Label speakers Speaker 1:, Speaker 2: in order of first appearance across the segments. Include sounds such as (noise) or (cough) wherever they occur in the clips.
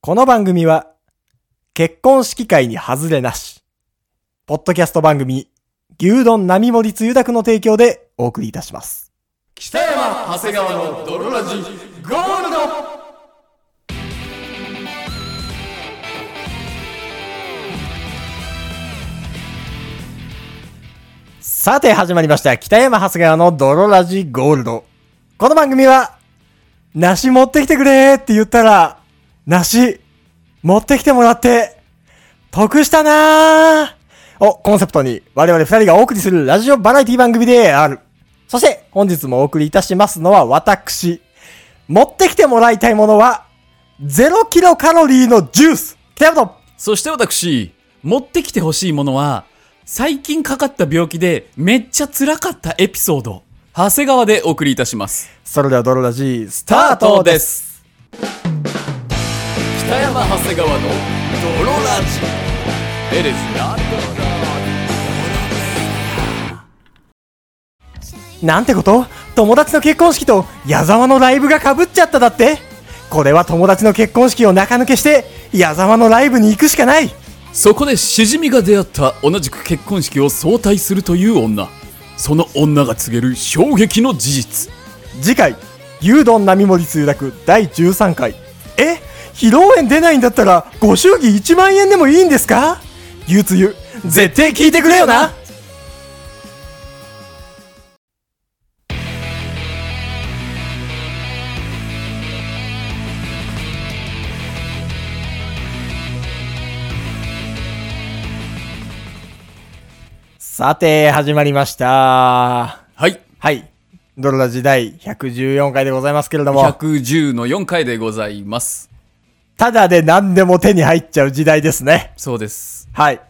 Speaker 1: この番組は、結婚式会に外れなし、ポッドキャスト番組、牛丼並盛りつゆだくの提供でお送りいたします。
Speaker 2: 北山長谷川の泥ラジゴールド
Speaker 1: さて始まりました、北山長谷川の泥ラジゴールド。この番組は、梨持ってきてくれーって言ったら、梨、持ってきてもらって、得したなーをコンセプトに我々二人がお送りするラジオバラエティ番組である。そして本日もお送りいたしますのは私。持ってきてもらいたいものは、0キロカロリーのジュース北山と
Speaker 2: そして私、持ってきてほしいものは、最近かかった病気でめっちゃ辛かったエピソード、長谷川でお送りいたします。
Speaker 1: それでは泥ラジス
Speaker 2: ス
Speaker 1: タートです
Speaker 2: す北山長谷川の泥ラジ It is not
Speaker 1: なんてこと友達の結婚式と矢沢のライブがかぶっちゃっただってこれは友達の結婚式を中抜けして矢沢のライブに行くしかない
Speaker 2: そこでしじみが出会った同じく結婚式を早退するという女。その女が告げる衝撃の事実。
Speaker 1: 次回牛丼並盛り通諾第13回え披露宴出ないんだったらご祝儀1万円でもいいんですか牛つゆ絶対聞いてくれよなさて始まりました
Speaker 2: はい。
Speaker 1: はい。ドロラジ第114回でございますけれども、
Speaker 2: 110の4回でございます。
Speaker 1: ただで何でも手に入っちゃう時代ですね。
Speaker 2: そうです。
Speaker 1: はい。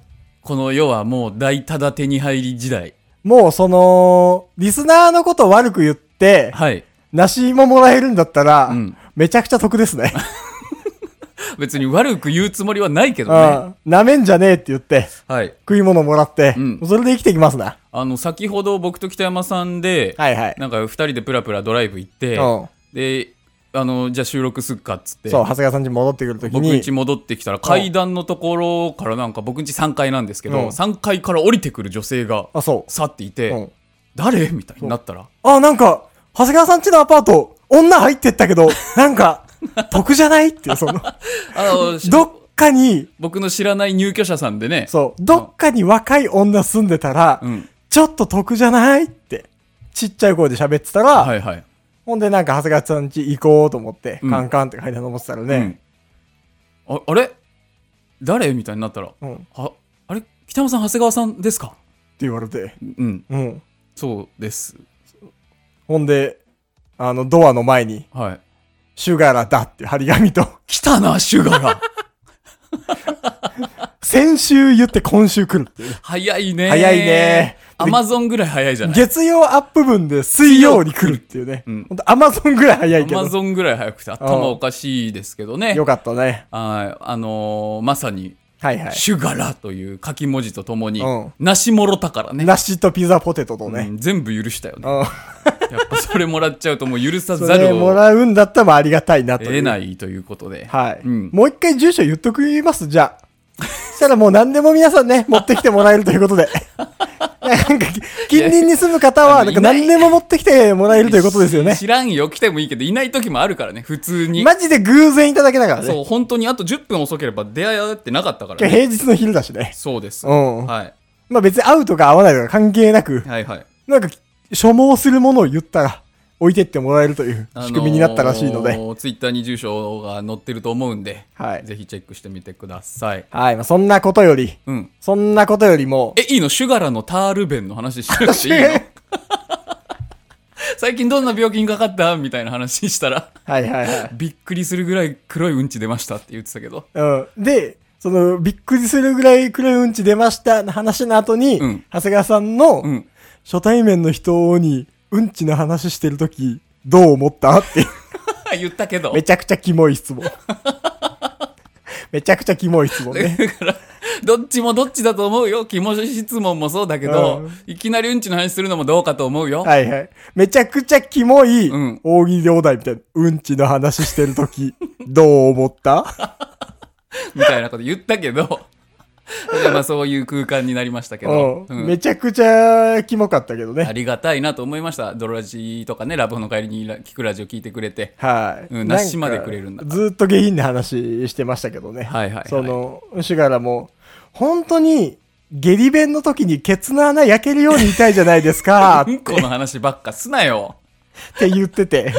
Speaker 2: この世はもう大ただ手に入り時代。
Speaker 1: もうその、リスナーのことを悪く言って、
Speaker 2: はい。
Speaker 1: 梨ももらえるんだったら、
Speaker 2: うん
Speaker 1: めちゃくちゃ得ですね。
Speaker 2: 別に悪く言うつもりはないけ
Speaker 1: う
Speaker 2: どね。
Speaker 1: ん。なめんじゃねえって言って、
Speaker 2: はい。
Speaker 1: 食い物もらって、
Speaker 2: うん
Speaker 1: それで生きていきますな。
Speaker 2: あの、先ほど僕と北山さんで、
Speaker 1: はいはい。
Speaker 2: なんか二人でプラプラドライブ行って、
Speaker 1: うん
Speaker 2: で、あの、じゃあ収録すっかっつって。
Speaker 1: そう、長谷川さん家戻ってくるとき
Speaker 2: 僕
Speaker 1: に
Speaker 2: ん、家戻ってきたら階段のところからなんか僕ん家3階なんですけ
Speaker 1: う
Speaker 2: ど
Speaker 1: ん
Speaker 2: 3階から降りてくる女性が
Speaker 1: あ、そ。
Speaker 2: 去っていうて
Speaker 1: うん。
Speaker 2: 誰みたいになったら
Speaker 1: あ、なんか、長谷川さん家のアパート、女入ってったけ
Speaker 2: (laughs)
Speaker 1: ど、なんか、得じゃないっていう、その、
Speaker 2: あのし
Speaker 1: どっかに、
Speaker 2: 僕の知らない入居者さんでね
Speaker 1: そう、どっかに若い女住んでたら、
Speaker 2: うん
Speaker 1: ちょっと得じゃないって、ちっちゃい声で喋ってたら、
Speaker 2: はいはい
Speaker 1: ほんでなんか長谷川さん家行こうと思って、
Speaker 2: うん
Speaker 1: カンカンって階段登ってたらね、
Speaker 2: うん、ああれ誰みたいになったら、
Speaker 1: うん、って
Speaker 2: ああれ北山さん長谷川さんですか
Speaker 1: 言われて、
Speaker 2: うん
Speaker 1: うん。
Speaker 2: そうです
Speaker 1: ほんで、あの、ドアの前に、
Speaker 2: はい
Speaker 1: シュガラだって張り紙と、 (laughs)
Speaker 2: 来たなシュガラ
Speaker 1: 先週言って今週来るっていう。
Speaker 2: 早い
Speaker 1: (laughs)
Speaker 2: ね
Speaker 1: 早いね
Speaker 2: アマゾンぐらい早いじゃない
Speaker 1: 月曜アップ分で水曜に来るっていうね。
Speaker 2: うん
Speaker 1: ほんとアマゾンぐらい早
Speaker 2: ア
Speaker 1: いけ
Speaker 2: マ
Speaker 1: ど。
Speaker 2: ゾンぐらい早くて頭おかしいですけどね
Speaker 1: よかったね。
Speaker 2: はいあのーまさに
Speaker 1: はいは
Speaker 2: 「
Speaker 1: い。
Speaker 2: シュガラ」という書き文字とともに
Speaker 1: うん
Speaker 2: 「梨もろたからね」
Speaker 1: 梨とピザポテトと
Speaker 2: う
Speaker 1: ね。
Speaker 2: ん全部許したよね
Speaker 1: うん。
Speaker 2: やっぱそれもらっちゃうともう許さ
Speaker 1: そ
Speaker 2: ざ
Speaker 1: れ
Speaker 2: る
Speaker 1: も
Speaker 2: を
Speaker 1: らうんだったらまあありがたいなという。
Speaker 2: 得ないということで
Speaker 1: はい。
Speaker 2: うん
Speaker 1: もう一回住所言っときます、じゃあ。そしたらもう何でも皆さん
Speaker 2: (laughs)
Speaker 1: ね、持ってきてもらえるということで。なんか、近隣に住む方
Speaker 2: いや
Speaker 1: は、
Speaker 2: あの
Speaker 1: なんか
Speaker 2: いない
Speaker 1: 何でも持ってきてもらえるということですよね
Speaker 2: し。知らんよ、来てもいいけど、いない時もあるからね、普通に。
Speaker 1: マジで偶然いただけだからね。
Speaker 2: そう、本当にあと10分遅ければ出会えてなかったから
Speaker 1: 今
Speaker 2: ね。
Speaker 1: 日平日の昼だしね。
Speaker 2: そうです。
Speaker 1: う
Speaker 2: は
Speaker 1: ん。
Speaker 2: い。
Speaker 1: まあ別に会うとか会わないとか関係なく、
Speaker 2: はいはい。
Speaker 1: なんか、所望するものを言ったら、置いてってもらえるという仕組みになったらしいので。
Speaker 2: ツイッター Twitter に住所が載ってると思うんで、
Speaker 1: はい
Speaker 2: ぜひチェックしてみてください。
Speaker 1: はい。まあそんなことより、
Speaker 2: うん。
Speaker 1: そんなことよりも、
Speaker 2: え、いいのシュガラのタール弁の話しなくていいの (laughs) 最近どんな病気にかかったみたいな話したら、
Speaker 1: はいはいはい。
Speaker 2: びっくりするぐらい黒いうんち出ましたって言ってたけど。 (laughs)
Speaker 1: うん。で、その、びっくりするぐらい黒いうんち出ましたの話の後に、
Speaker 2: うん
Speaker 1: 長谷川さんの、
Speaker 2: うん。
Speaker 1: 初対面の人に、うんちの話してるとき、どう思ったって
Speaker 2: (laughs)
Speaker 1: いう、
Speaker 2: 言ったけど。
Speaker 1: めちゃくちゃキモい
Speaker 2: (laughs)
Speaker 1: 質問。めちゃくちゃキモい質問
Speaker 2: (laughs)
Speaker 1: ね。
Speaker 2: だから、どっちもどっちだと思うよ。気持ち質問もそうだけど、
Speaker 1: うん
Speaker 2: いきなりうんちの話するのもどうかと思うよ。
Speaker 1: はいはい。めちゃくちゃキモい、
Speaker 2: うん
Speaker 1: 大喜利でお題みたいな、うんちの話してるとき、どう思った
Speaker 2: みたいなこと言ったけど、 (laughs) でまあそういう空間になりましたけど、
Speaker 1: う
Speaker 2: うんん
Speaker 1: めちゃくちゃキモかったけど
Speaker 2: あ
Speaker 1: ね。
Speaker 2: りがたいなと思いました。ドロラジとかね、ラブホの帰りにラ聞くラジオ聞いてくれて。
Speaker 1: はい。
Speaker 2: うん
Speaker 1: なんか
Speaker 2: なしまでくれるんだから
Speaker 1: ずっと下品な話してましたけどね。
Speaker 2: はいはいはい
Speaker 1: その、シュガラも、本当に、下痢弁の時にケツの穴焼けるように痛いじゃないですか
Speaker 2: (laughs) うんこの話ばっかすな
Speaker 1: (laughs)
Speaker 2: よ。
Speaker 1: って言って
Speaker 2: (laughs)
Speaker 1: て、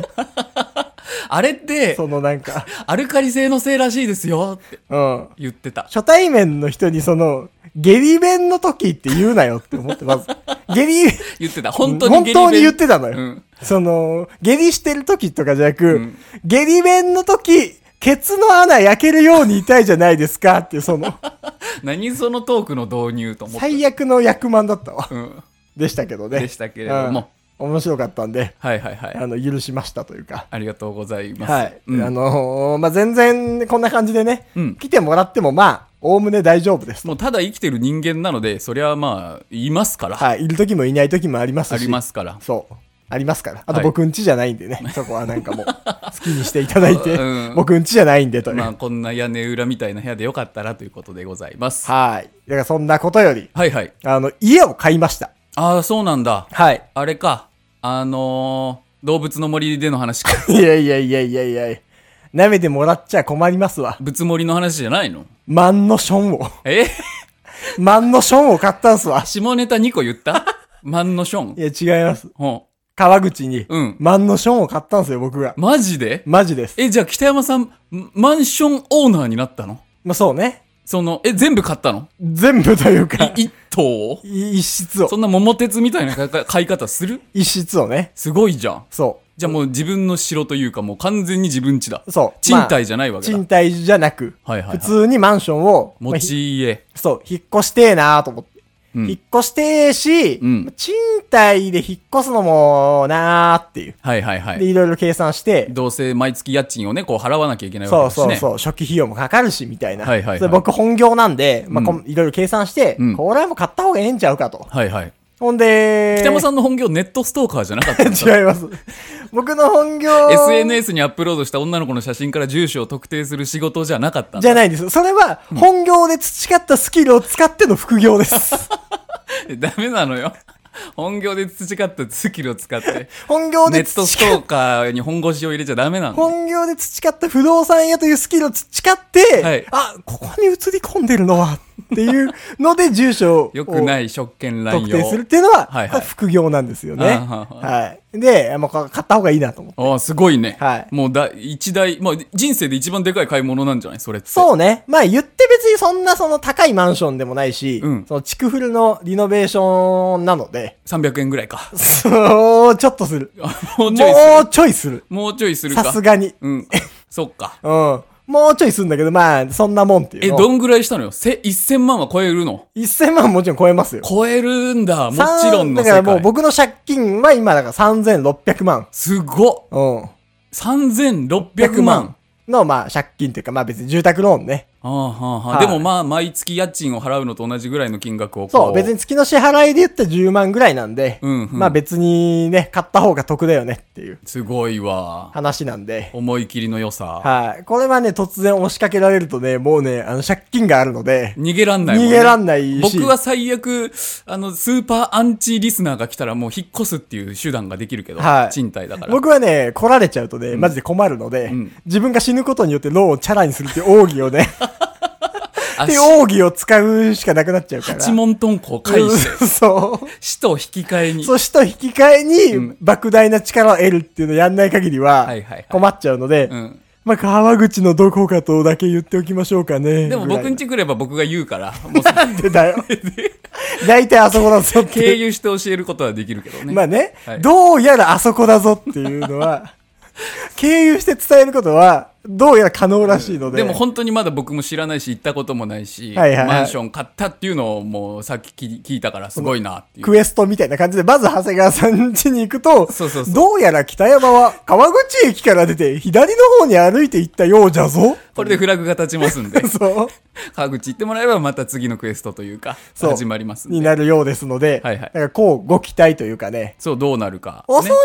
Speaker 2: あれって、
Speaker 1: そのなんか、
Speaker 2: アルカリ性のせいらしいですよって
Speaker 1: うん。
Speaker 2: 言ってた。
Speaker 1: 初対面の人にその、下痢弁の時って言うなよって思ってます。下痢、
Speaker 2: 言ってた。本当に
Speaker 1: 本当に言っ
Speaker 2: 下
Speaker 1: て
Speaker 2: 痢
Speaker 1: たのよ。
Speaker 2: うん
Speaker 1: その、下痢してる時とかじゃなく、
Speaker 2: ん
Speaker 1: 下痢弁の時、ケツの穴焼けるように痛いじゃないですかっていう、その、
Speaker 2: 弁何そのトークの導入と思って。
Speaker 1: 最悪の役満だったわ。 (laughs)
Speaker 2: うん
Speaker 1: でしたけどね。
Speaker 2: でしたけれども。
Speaker 1: うん。面白かったんで、
Speaker 2: はいはいはい。
Speaker 1: あの、許しましたというか。
Speaker 2: ありがとうございます。
Speaker 1: はい。
Speaker 2: うん
Speaker 1: あのーまあ、全然、こんな感じでね、
Speaker 2: うん
Speaker 1: 来てもらっても、まあ、おおむね大丈夫です。
Speaker 2: もうただ生きてる人間なので、そりゃまあ、いますから。
Speaker 1: はい。いる時もいない時もありますし。
Speaker 2: ありますから。
Speaker 1: そう。ありますから。あと
Speaker 2: はい
Speaker 1: 僕んちじゃないん
Speaker 2: (laughs)
Speaker 1: でね。そこはなんかもう、好きにしていただいて、
Speaker 2: うん
Speaker 1: 僕んちじゃないんでという。
Speaker 2: まあ、こんな屋根裏みたいな部屋でよかったらということでございます。
Speaker 1: はい。だからそんなことより、
Speaker 2: はいはい。
Speaker 1: あの、家を買いました。
Speaker 2: ああ、そうなんだ。
Speaker 1: はい。
Speaker 2: あれか。あのー動物の森での話か。 (laughs)
Speaker 1: いやいやいやいやいや舐めてもらっちゃ困りますわ。
Speaker 2: ぶつ森の話じゃないの
Speaker 1: マンのションを。
Speaker 2: え
Speaker 1: マンのションを買ったんすわ。
Speaker 2: 下ネタ2個
Speaker 1: (laughs)
Speaker 2: 言ったマンノション
Speaker 1: い。や、違います。
Speaker 2: ほ
Speaker 1: 川口に、
Speaker 2: ううん。
Speaker 1: マンのションを買ったんすよ、僕が。
Speaker 2: マジで
Speaker 1: マジです。
Speaker 2: え、じゃあ北山さん、んマンションオーナーになったの
Speaker 1: まあ、そうね。
Speaker 2: その、え、全部買ったの
Speaker 1: 全部というか、
Speaker 2: い一棟を
Speaker 1: い一室を
Speaker 2: (laughs) そ、んな桃鉄みたいな買い方買い方する
Speaker 1: 一室をね。
Speaker 2: すごいじゃん。
Speaker 1: そ
Speaker 2: じゃあもう自分の城というかもう完全に自分家だ
Speaker 1: う。。そう。
Speaker 2: 賃貸
Speaker 1: じ
Speaker 2: じゃないわ
Speaker 1: ゃ
Speaker 2: けだ。
Speaker 1: 賃貸じゃなく、
Speaker 2: はいはい、はい。
Speaker 1: 普通にマンションを、まあ
Speaker 2: 持ち家。
Speaker 1: そう、引っ越してえなと思って。
Speaker 2: うん
Speaker 1: 引っ越してえし、
Speaker 2: うん
Speaker 1: 賃貸で引っ越すのもなーっていう。
Speaker 2: はいはいは
Speaker 1: で、
Speaker 2: い。
Speaker 1: いろいろ計算して、
Speaker 2: どうせ毎月家賃をね、こう払わなきゃいけない
Speaker 1: そ
Speaker 2: わ
Speaker 1: う
Speaker 2: けです
Speaker 1: そう
Speaker 2: ね。
Speaker 1: そう、初期費用もかかるし、みたいな。
Speaker 2: はいはいはい
Speaker 1: それ僕本業なんで、まあ、こ
Speaker 2: うん
Speaker 1: いろいろ計算して、
Speaker 2: うん
Speaker 1: これはもう買った方がええんちゃうかと。
Speaker 2: はいはい。
Speaker 1: ほんで、
Speaker 2: 北山さ
Speaker 1: ん
Speaker 2: んの本業ネットストーカーじゃな
Speaker 1: (laughs)
Speaker 2: かったんだ
Speaker 1: 違います。僕の本業
Speaker 2: SNS にアップロードした女の子の写真から住所を特定する仕事じゃなかったん
Speaker 1: じ
Speaker 2: だ
Speaker 1: ゃないです。それは、本業で培ったスキルを使っての副業
Speaker 2: (laughs)
Speaker 1: です。
Speaker 2: ダメなのよ。 (laughs) 本業で培ったスキル
Speaker 1: (laughs)
Speaker 2: を使って、
Speaker 1: 本業
Speaker 2: ネ
Speaker 1: で
Speaker 2: ットスト
Speaker 1: 培っ
Speaker 2: ーカーに本腰を入れちゃダメなの。
Speaker 1: 本業で培った不動産屋というスキルを培って、
Speaker 2: はい
Speaker 1: あ、ここに移り込んでるのは、っていうので、住所を
Speaker 2: よくな
Speaker 1: 特
Speaker 2: い職権乱
Speaker 1: 定
Speaker 2: 用
Speaker 1: す。るっていうのは、
Speaker 2: はいはい
Speaker 1: 副業なんですよね。
Speaker 2: あはは
Speaker 1: はい。で、まあ、こ買った方がいいなと思って。
Speaker 2: ああ、すごいね。
Speaker 1: はい
Speaker 2: もうだ、一大、まあ、人生で一番でかい買い物なんじゃないそれって。
Speaker 1: そうね。まあ言って別にそんなその高いマンションでもないし、
Speaker 2: うん
Speaker 1: その築古のリノベーションなので、
Speaker 2: 300円ぐらい
Speaker 1: (laughs)
Speaker 2: か。
Speaker 1: そう、ちょっとする。
Speaker 2: あもうちょいする
Speaker 1: もうちょいする。
Speaker 2: もうちょいするか。
Speaker 1: さすがに。
Speaker 2: うん。そっか。
Speaker 1: うん。もうちょいするんだけど、まあ、そんなもんっていう
Speaker 2: え、
Speaker 1: の。
Speaker 2: どんぐらいしたのよせ ?1000 万は超えるの
Speaker 1: 1000万もちろん超えますよ。
Speaker 2: 超えるんだ。もちろんの
Speaker 1: だ
Speaker 2: 世
Speaker 1: から
Speaker 2: 界。
Speaker 1: もう僕の借金は今だから3600万。
Speaker 2: すごっ
Speaker 1: うん。
Speaker 2: !3600 万。
Speaker 1: の、まあ、借金というか、まあ別に住宅ローンね。
Speaker 2: はあはあはあ
Speaker 1: はい
Speaker 2: でもまあ、毎月家賃を払うのと同じぐらいの金額をこ
Speaker 1: そう、別に。月の支払いで言ったら10万ぐらいなんで、
Speaker 2: うんうん
Speaker 1: まあ別にね、買った方が得だよねっていう
Speaker 2: すごいわ。
Speaker 1: 話なんで。
Speaker 2: 思い切りの良さ。
Speaker 1: はい。これはね、突然押しかけられるとね、もうね、あの、借金があるので、
Speaker 2: 逃げらんないもん、
Speaker 1: 逃げらんないし
Speaker 2: 僕は最悪、あの、スーパーアンチリスナーが来たらもう引っ越すっていう手段ができるけど。
Speaker 1: はい
Speaker 2: 賃貸だから。
Speaker 1: 僕はね、来られちゃうとね、マジで困るので、
Speaker 2: ん
Speaker 1: 自分が死ぬことによってローンをチャラにするっていう奥義をね、
Speaker 2: (laughs) あ
Speaker 1: っていう奥義を使うしかなくなっちゃうから。
Speaker 2: 八門遁甲を返して、
Speaker 1: うん (laughs) そう。
Speaker 2: 死と引き換えに。
Speaker 1: そして引き換えに、莫大な力を得るっていうのをやんない限りは
Speaker 2: はいはいはい、
Speaker 1: 困っちゃうので、
Speaker 2: うん。
Speaker 1: まあ、川口のどこかとだけ言っておきましょうかね。
Speaker 2: でも僕ん
Speaker 1: ち
Speaker 2: 家来れば僕が言うから、
Speaker 1: (laughs)
Speaker 2: もうそ
Speaker 1: なんでだよ。
Speaker 2: (laughs)
Speaker 1: 大体あそこだぞって
Speaker 2: 経
Speaker 1: いう。
Speaker 2: 由して教えることはできるけどね。
Speaker 1: まあね、
Speaker 2: はい
Speaker 1: どうやらあそこだぞっていうの
Speaker 2: (laughs)
Speaker 1: は、経由して伝えることは、どうやら可能らしいので。
Speaker 2: でも本当にまだ僕も知らないし、行ったこともないし、
Speaker 1: はいはいはい
Speaker 2: マンション買ったっていうのをもうさっき聞聞いたからすごいなっていう。
Speaker 1: クエストみたいな感じで、まず長谷川さん家に行くと、
Speaker 2: そうそうそう
Speaker 1: どうやら北山は川口駅から出て左の方に歩いて行ったようじゃ
Speaker 2: (laughs)
Speaker 1: ぞ。、
Speaker 2: これでフラグが立ちますん
Speaker 1: (laughs)
Speaker 2: で
Speaker 1: そう。
Speaker 2: 川口行ってもらえばまた次のクエストというか、
Speaker 1: そう
Speaker 2: 始まります
Speaker 1: に
Speaker 2: んで。
Speaker 1: なるようですので、
Speaker 2: はいはい
Speaker 1: だからこうご期待というかね、
Speaker 2: そう、どうなるか、
Speaker 1: おそら
Speaker 2: ね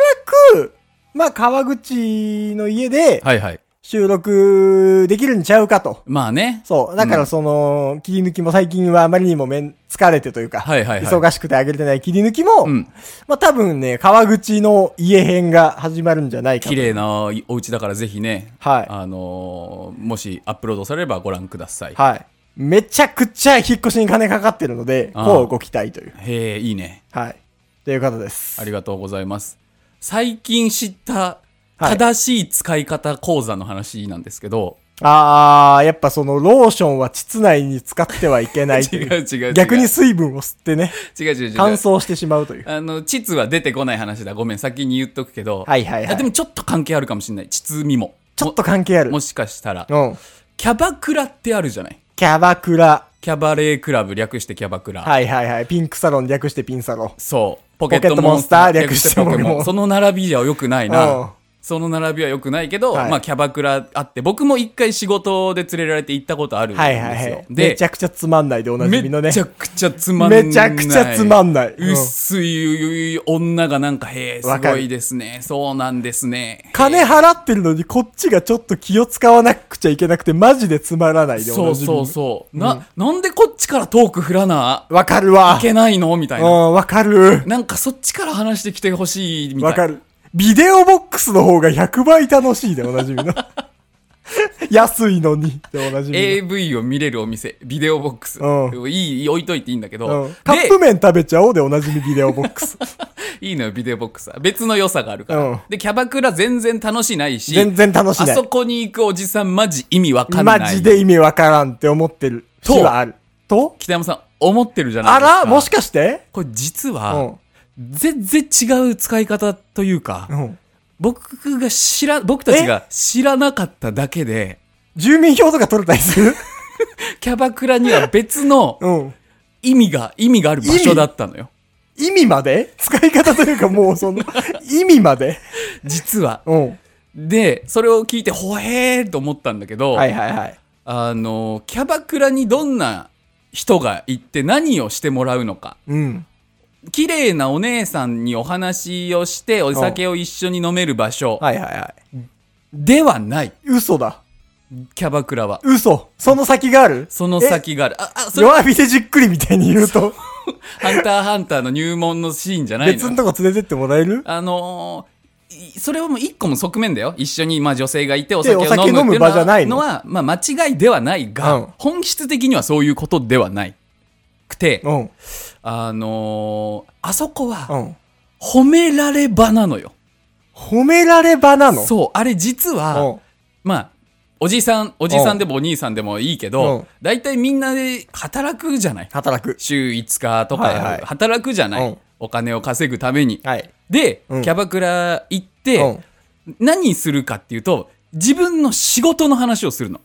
Speaker 1: く、まあ川口の家で
Speaker 2: はいはい。
Speaker 1: 収録できるんちゃうかと。
Speaker 2: まあね。
Speaker 1: そう。だからその、切り抜きも最近はあまりにもめん疲れてというか、
Speaker 2: はいはいはい
Speaker 1: 忙しくてあげれてない切り抜きも、
Speaker 2: うん
Speaker 1: まあ多分ね、川口の家編が始まるんじゃないかと
Speaker 2: 綺。麗なお家だからぜひね、
Speaker 1: はい
Speaker 2: あのーもしアップロードされればご覧ください。
Speaker 1: はい。めちゃくちゃ引っ越しに金かかってるので、
Speaker 2: ああ
Speaker 1: こうご期待という。
Speaker 2: へえ、いいね。
Speaker 1: はい。ということです。
Speaker 2: ありがとうございます。最近知った正しい使い方講座の話なんですけど、
Speaker 1: あー、やっぱそのローションは膣内に使ってはいけないとい
Speaker 2: (laughs) 違う違う違う
Speaker 1: 逆に水分を吸ってね、
Speaker 2: 違う違う違う。
Speaker 1: 乾燥してしまう
Speaker 2: (laughs)
Speaker 1: という。
Speaker 2: あの、膣は出てこない話だ。ごめん、先に言っとくけど。
Speaker 1: はいはいはい
Speaker 2: あでもちょっと関係あるかもしれない。膣みも。
Speaker 1: ちょっと関係ある。
Speaker 2: もしかしたら。
Speaker 1: うん。
Speaker 2: キャバクラってあるじゃない
Speaker 1: キャバクラ。
Speaker 2: キャバレークラブ略してキャバクラ。
Speaker 1: はいはいはい。ピンクサロン略してピンサロン。
Speaker 2: そう。ポ
Speaker 1: ケ
Speaker 2: ケ
Speaker 1: ット
Speaker 2: ット
Speaker 1: モ
Speaker 2: モ
Speaker 1: ン
Speaker 2: ン
Speaker 1: ス
Speaker 2: ス
Speaker 1: タ
Speaker 2: タ
Speaker 1: ー
Speaker 2: ー
Speaker 1: 略
Speaker 2: 略
Speaker 1: し
Speaker 2: してて
Speaker 1: ポ
Speaker 2: ポ
Speaker 1: ケ
Speaker 2: ケ
Speaker 1: モ
Speaker 2: モ
Speaker 1: ン
Speaker 2: ン。その並びじゃ良くない
Speaker 1: うん
Speaker 2: な。その並びは良くないけど、
Speaker 1: はい
Speaker 2: まあキャバクラあって、僕も一回仕事で連れられて行ったことあるんです
Speaker 1: は
Speaker 2: よ。
Speaker 1: いはいはい。め
Speaker 2: で
Speaker 1: ち、ゃくちゃつまんないでおなじみのね
Speaker 2: めち。ゃくちゃつまんない。
Speaker 1: めちゃくちゃつまんない。うん
Speaker 2: 薄い女がなんか、へえ、す
Speaker 1: わか
Speaker 2: ご
Speaker 1: る
Speaker 2: いですね。そうなんですね。
Speaker 1: 金払ってるのにこっちがちょっと気を使わなくちゃいけなくてマジでつまらないでお
Speaker 2: そ
Speaker 1: な
Speaker 2: う
Speaker 1: じみ
Speaker 2: そうそう。な、なんでこっちからトーク振らな
Speaker 1: わかるわ
Speaker 2: い。けないのみたいうな。
Speaker 1: ん、わかる。
Speaker 2: なんかそっちから話してきてほしいみたい
Speaker 1: わ
Speaker 2: な。
Speaker 1: かる。ビデオボックスの方が100倍楽しいでおなじ
Speaker 2: (laughs)
Speaker 1: みの。安いのにでおなじみの。
Speaker 2: AV を見れるお店、ビデオボックス。
Speaker 1: う
Speaker 2: いい、置いといていいんだけど。
Speaker 1: うんカップ麺食べちゃおうでおなじみビデオボックス。
Speaker 2: で、いいのよ、ビデオボックスは。別の良さがあるから。
Speaker 1: うん
Speaker 2: で、キャバクラ全然楽しないし。
Speaker 1: 全然楽し
Speaker 2: あ
Speaker 1: ない
Speaker 2: そ。こに行くおじさん、マジ意味わかんない。
Speaker 1: マジで意味わからんって思ってる節はある。と
Speaker 2: 北山さん、思ってるじゃない
Speaker 1: あ
Speaker 2: ですか。
Speaker 1: らもしかして
Speaker 2: これ実
Speaker 1: う
Speaker 2: は
Speaker 1: ん、
Speaker 2: 全然違う使い方というか、
Speaker 1: うん。
Speaker 2: 僕が知ら、僕たちが知らなかっただけで、
Speaker 1: 住民票とか取れたりする
Speaker 2: キャバクラには別の
Speaker 1: うん。
Speaker 2: 意味が、意味がある場所だったのよ。
Speaker 1: 意味まで使い方というかもうその、意味まで
Speaker 2: 実は。
Speaker 1: うん。
Speaker 2: で、それを聞いて、ほへーと思ったんだけど、
Speaker 1: はいはいはい。
Speaker 2: あの、キャバクラにどんな人が行って何をしてもらうのか。
Speaker 1: うん。
Speaker 2: 綺麗なお姉さんにお話をして、お酒を一緒に飲める場所
Speaker 1: はいはいはい。
Speaker 2: ではない、
Speaker 1: 嘘だ。
Speaker 2: キャバクラは。
Speaker 1: 嘘。その先がある
Speaker 2: その先がある。あ、あ、それ、
Speaker 1: 弱火でじっくりみたいに言うと、
Speaker 2: ハンターハンターの入門のシーンじゃない
Speaker 1: 別の
Speaker 2: の。
Speaker 1: とこ連れてってもらえる
Speaker 2: あのーいそれはもう一個も側面だよ。一緒に、まあ女性がいてお
Speaker 1: で
Speaker 2: 酒を飲むっていう
Speaker 1: お酒飲む
Speaker 2: の
Speaker 1: 場じゃない
Speaker 2: は、
Speaker 1: の
Speaker 2: のはまあ間違いではないが、
Speaker 1: うん
Speaker 2: 本質的にはそういうことではない。くて、
Speaker 1: うん。
Speaker 2: あのーあそこ
Speaker 1: う
Speaker 2: は、
Speaker 1: ん。
Speaker 2: 褒められ場なのよ。
Speaker 1: 褒められ場なの
Speaker 2: そう、あれ実は、
Speaker 1: うん。
Speaker 2: まあ、おじさん、おじさんでもお兄さんでもいいけ
Speaker 1: うん
Speaker 2: ど、大体みんなで働くじゃない。
Speaker 1: 働く。
Speaker 2: 週5日と
Speaker 1: はいは
Speaker 2: か
Speaker 1: い
Speaker 2: 働くじゃない。
Speaker 1: うん
Speaker 2: お金を稼ぐために。
Speaker 1: はい。
Speaker 2: で、
Speaker 1: うん
Speaker 2: キャバクラ行って、何するかっていうと、自分の仕事の話をするの。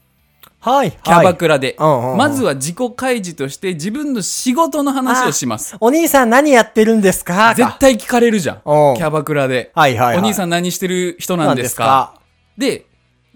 Speaker 1: はい。キ
Speaker 2: キャバクラで。
Speaker 1: うんうんうん
Speaker 2: まずは自己開示として自分の仕事の話をします。
Speaker 1: お兄さん何やってるんですか
Speaker 2: 絶対聞かれるじゃん。キ
Speaker 1: うん
Speaker 2: ャバクラで。
Speaker 1: はいはいはい
Speaker 2: お兄さん何してる人なんですかで、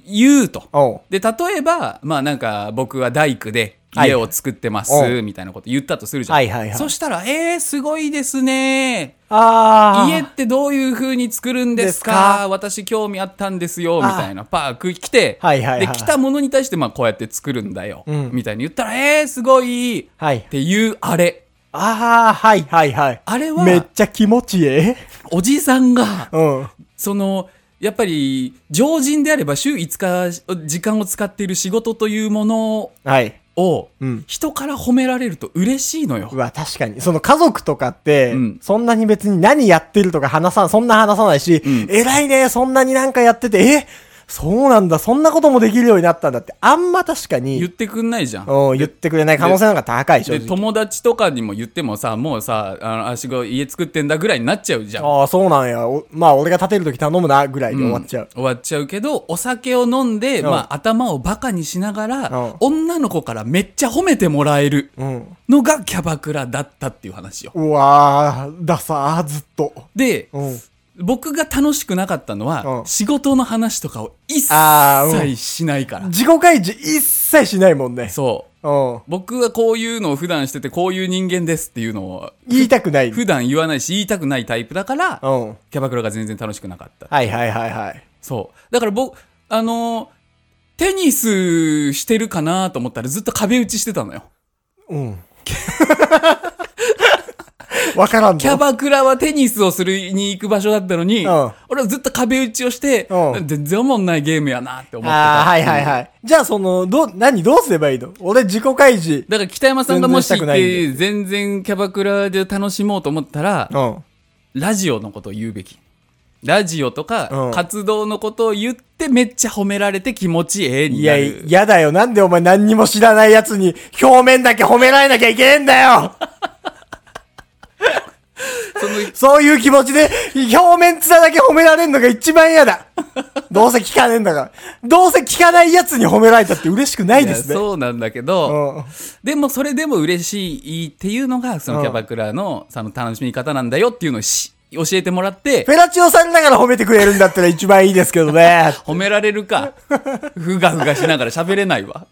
Speaker 2: 言うと。
Speaker 1: おう
Speaker 2: で、例えば、まあなんか、僕は大工で家を作ってます、
Speaker 1: はい
Speaker 2: みたいなこと言ったとするじゃん。
Speaker 1: はいはいはい
Speaker 2: そしたら、えー、すごいですね。
Speaker 1: ああ。
Speaker 2: 家ってどういう風に作るんですか
Speaker 1: ですか
Speaker 2: 私興味あったんですよ、み
Speaker 1: あ
Speaker 2: たいな。パーク来て、
Speaker 1: はいはいはい
Speaker 2: で、来たものに対して、まあこうやって作るんだよ、
Speaker 1: うん
Speaker 2: みたいに言ったら、えー、すごいっ
Speaker 1: はい。
Speaker 2: ていうあれ。
Speaker 1: ああ、はいはいはい。
Speaker 2: あれは
Speaker 1: めっちゃ気持ちええ。
Speaker 2: おじさんが、
Speaker 1: うん。
Speaker 2: その、やっぱり、常人であれば週5日時間を使っている仕事というもの
Speaker 1: はい。
Speaker 2: を、
Speaker 1: うん
Speaker 2: 人から褒められると嬉しいのよ
Speaker 1: う。わ、確かに。その家族とかって、
Speaker 2: うん
Speaker 1: そんなに別に何やってるとか話さん、そんな話さないし、
Speaker 2: ん
Speaker 1: 偉いね、そんなになんかやってて、えそうなんだ、そんなこともできるようになったんだって、あんま確か
Speaker 2: 言っ
Speaker 1: に、
Speaker 2: てくんないじゃん。
Speaker 1: うん、言ってくれない可能性の方が高い、正
Speaker 2: で、
Speaker 1: 直。
Speaker 2: 友達とかにも言ってもさ、もうさ、あの、あしご家作ってんだぐらいになっちゃうじゃん。
Speaker 1: ああ、そうなんや。おまあ、俺が立てるとき頼むな、ぐらいで終わっちゃう。
Speaker 2: 終わっちゃうけど、お酒を飲んで、
Speaker 1: うん
Speaker 2: まあ、頭をバカにしなが
Speaker 1: うん
Speaker 2: ら、女の子からめっちゃ褒めてもらえる
Speaker 1: うん。
Speaker 2: のがキャバクラだったっていう話よ。
Speaker 1: うわー、ださー、ずっと。
Speaker 2: で、
Speaker 1: うん。
Speaker 2: 僕が楽しくなかったの
Speaker 1: うん、
Speaker 2: は仕事の話とかを一
Speaker 1: あーうん
Speaker 2: 切しないから。
Speaker 1: 自己開示一切しないもんね。
Speaker 2: そう。
Speaker 1: うん。
Speaker 2: 僕はこういうのを普段してて、こういう人間ですっていうのを、
Speaker 1: 言いたくない。うん。
Speaker 2: 普段言わないし、言いたくないタイプだから、
Speaker 1: はい
Speaker 2: キャバクラが全然楽しくなかった。
Speaker 1: はいはいはい。
Speaker 2: そう。だから僕、あのーテニスしてるかなと思ったらずっと壁打ちしてたのよ。
Speaker 1: うん。 (laughs) わからんぞ
Speaker 2: キャバクラはテニスをするに行く場所だったのに、
Speaker 1: うん
Speaker 2: 俺はずっと壁打ちをして、
Speaker 1: うん
Speaker 2: 全然おもんないゲームやなって思ってた。
Speaker 1: ああ、はいはい
Speaker 2: い。
Speaker 1: はい。じゃあ、その、ど、何、どうすればいいの俺、自己開示。
Speaker 2: だから北山さんがもし行
Speaker 1: 全
Speaker 2: っ
Speaker 1: 然したく
Speaker 2: て、全然キャバクラで楽しもうと思ったら、
Speaker 1: うん。
Speaker 2: ラジオのことを言うべき。ラジオと
Speaker 1: う
Speaker 2: か
Speaker 1: ん、
Speaker 2: 活動のことを言ってめっちゃ褒められて気持ちええに
Speaker 1: いや、
Speaker 2: なる。
Speaker 1: 嫌だよ。なんでお前何にも知らない奴に、表面だけ褒められなきゃいけねえんだよ
Speaker 2: (laughs) その
Speaker 1: そういう気持ちで、表面面だけ褒められんのが一番嫌だ。どうせ聞かねえんだから。どうせ聞かない奴に褒められたって嬉しくない
Speaker 2: い
Speaker 1: で
Speaker 2: や
Speaker 1: すね。
Speaker 2: そうなんだけど、
Speaker 1: うん。
Speaker 2: でもそれでも嬉しいっていうのが、そのキャバクラのその楽しみ方なんだよっていうのをし教えてもらって、
Speaker 1: フェラチオさんだから褒めてくれるんだったら一番いいですけどね。
Speaker 2: 褒められるか。ふがふがしながら喋れないわ。